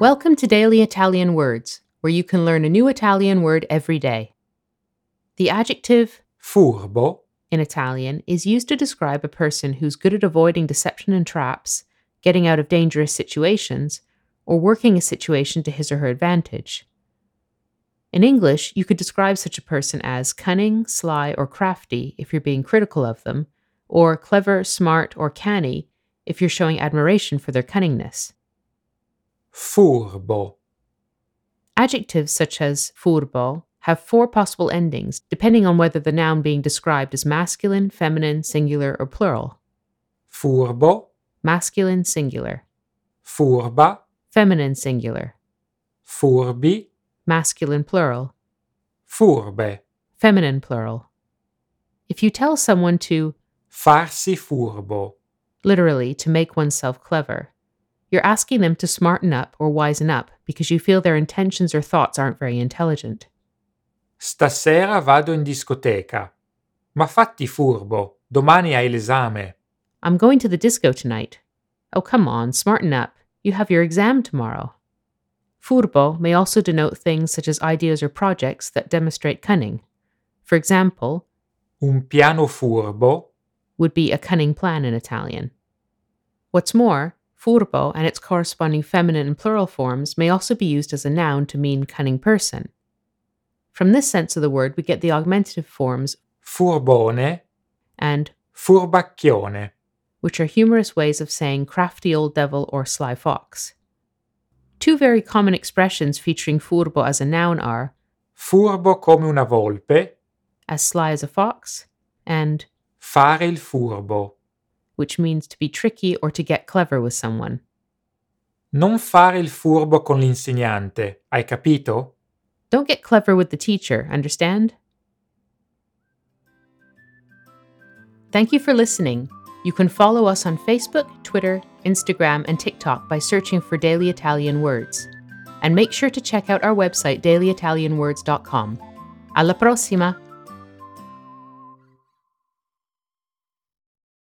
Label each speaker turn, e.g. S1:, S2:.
S1: Welcome to Daily Italian Words, where you can learn a new Italian word every day. The adjective
S2: Furbo,
S1: in Italian is used to describe a person who's good at avoiding deception and traps, getting out of dangerous situations, or working a situation to his or her advantage. In English, you could describe such a person as cunning, sly, or crafty if you're being critical of them, or clever, smart, or canny if you're showing admiration for their cunningness.
S2: furbo,
S1: Adjectives such as furbo have four possible endings, depending on whether the noun being described is masculine, feminine, singular, or plural.
S2: furbo,
S1: Masculine, singular.
S2: furba,
S1: Feminine, singular.
S2: furbi,
S1: Masculine, plural.
S2: furbe,
S1: Feminine, plural. If you tell someone to,
S2: farsi furbo,
S1: literally, to make oneself clever, you're asking them to smarten up or wizen up because you feel their intentions or thoughts aren't very intelligent.
S2: stasera vado in discoteca. Ma fatti furbo, domani hai l'esame.
S1: I'm going to the disco tonight. Oh, come on, smarten up. You have your exam tomorrow. Furbo may also denote things such as ideas or projects that demonstrate cunning. For example,
S2: Un piano furbo,
S1: would be a cunning plan in Italian. What's more, furbo and its corresponding feminine and plural forms may also be used as a noun to mean cunning person. From this sense of the word, we get the augmentative forms
S2: furbone,
S1: and,
S2: furbacchione,
S1: which are humorous ways of saying crafty old devil or sly fox. Two very common expressions featuring furbo as a noun are
S2: furbo come una volpe,
S1: as sly as a fox and
S2: fare il furbo.
S1: which means to be tricky or to get clever with someone.
S2: Non fare il furbo con l'insegnante, hai capito?
S1: Don't get clever with the teacher, understand? Thank you for listening. You can follow us on Facebook, Twitter, Instagram, and TikTok by searching for Daily Italian Words. And make sure to check out our website, dailyitalianwords.com. Alla prossima!